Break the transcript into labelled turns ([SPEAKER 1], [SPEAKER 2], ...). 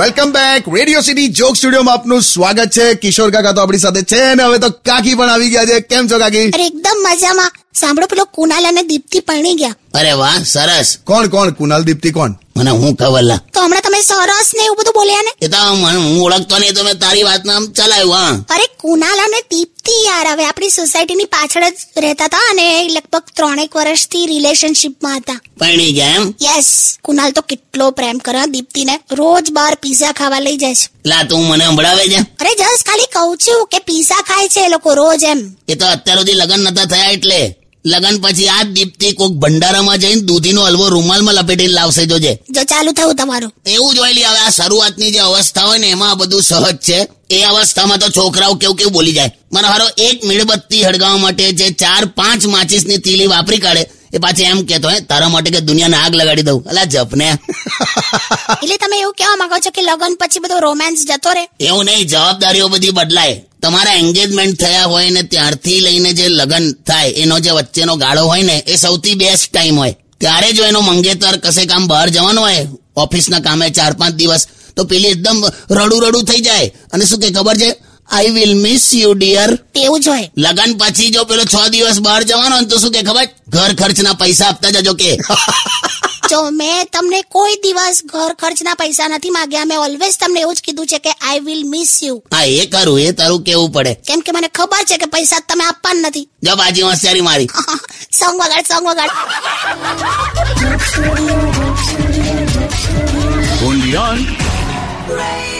[SPEAKER 1] welcome back radio city joke સ્ટુડિયોમાં આપનું સ્વાગત છે કિશોર કાકા તો આપણી સાથે છે ને હવે તો કાકી પણ આવી ગયા છે કેમ છો કાકી
[SPEAKER 2] અરે એકદમ મજામાં સાંભળો પેલો કુનાલ અને દીપ્તિ પરણી ગયા
[SPEAKER 3] અરે વાહ સરસ
[SPEAKER 1] કોણ કોણ કુનાલ દીપ્તિ કોણ
[SPEAKER 3] મને હું ખબર લા
[SPEAKER 2] તો હમણાં તમે સરસ ને એવું બધું બોલ્યા ને
[SPEAKER 3] એ તો આમ મને હું ઓળખતો નહીં તો મેં તારી વાતને આમ ચલાવ્યું હા
[SPEAKER 2] અરે કુનાલ અને દીપ્તિ યાર હવે આપણી સોસાયટીની પાછળ જ રહેતા હતા અને લગભગ ત્રણેક વર્ષથી રિલેશનશીપમાં હતા
[SPEAKER 3] પરણી ગયા એમ
[SPEAKER 2] યસ કુનાલ તો કેટલો પ્રેમ કરે હો દીપ્તિને રોજ બહાર પિઝા ખાવા લઈ જાય છે
[SPEAKER 3] લા તું મને સંભળાવે છે
[SPEAKER 2] અરે જસ ખાલી કહું છું કે પિઝા ખાય છે એ લોકો રોજ એમ
[SPEAKER 3] એ તો અત્યાર સુધી લગ્ન નતા થયા એટલે લગ્ન પછી આ જ દીપ્તિ કોક ભંડારામાં જઈને દૂધીનો હલવો રૂમાલમાં લપેટીને લાવશે જોજે
[SPEAKER 2] જો ચાલુ થયું તમારું
[SPEAKER 3] એવું જોઈ લે હવે આ શરૂઆતની જે અવસ્થા હોય ને એમાં આ બધું સહજ છે એ અવસ્થામાં તો છોકરાઓ કેવું કેવું બોલી જાય મને હારો એક મીણબત્તી હળગાવવા માટે જે ચાર પાંચ માચિસની તીલી વાપરી કાઢે એ પાછી એમ કેતો હે તારા માટે કે દુનિયાને આગ લગાડી દઉં અલા જપને
[SPEAKER 2] એટલે તમે એવું કહેવા માંગો છો કે લગ્ન પછી બધો રોમાન્સ જતો રહે
[SPEAKER 3] એવું નહીં જવાબદારીઓ બધી બદલાય તમારા એન્ગેજમેન્ટ થયા હોય ને ત્યારથી લઈને જે લગ્ન થાય એનો જે વચ્ચેનો ગાળો હોય ને એ સૌથી બેસ્ટ ટાઈમ હોય ત્યારે જો એનો મંગેતર કશે કામ બહાર જવાનું હોય ઓફિસના કામે ચાર પાંચ દિવસ તો પેલી એકદમ રડું રડું થઈ જાય અને શું કે ખબર છે I will miss you dear
[SPEAKER 2] તેવું જ હોય
[SPEAKER 3] લગન પછી જો પેલો છ દિવસ બહાર જવાનો હોય ને તો શું કે ખબર ઘર ખર્ચના પૈસા આપતા જજો કે
[SPEAKER 2] જો મેં તમને કોઈ દિવસ ઘર ખર્ચના પૈસા નથી માંગ્યા મેં ઓલવેઝ તમને એવું જ કીધું છે કે આઈ વિલ મિસ યુ
[SPEAKER 3] હા એ કરું એ તારું કેવું પડે
[SPEAKER 2] કેમ કે મને ખબર છે કે પૈસા તમે આપવાના નથી
[SPEAKER 3] જો બાજી હોશિયારી મારી
[SPEAKER 2] સોંગ વગાડ સોંગ વગાડ
[SPEAKER 4] only on
[SPEAKER 5] Radio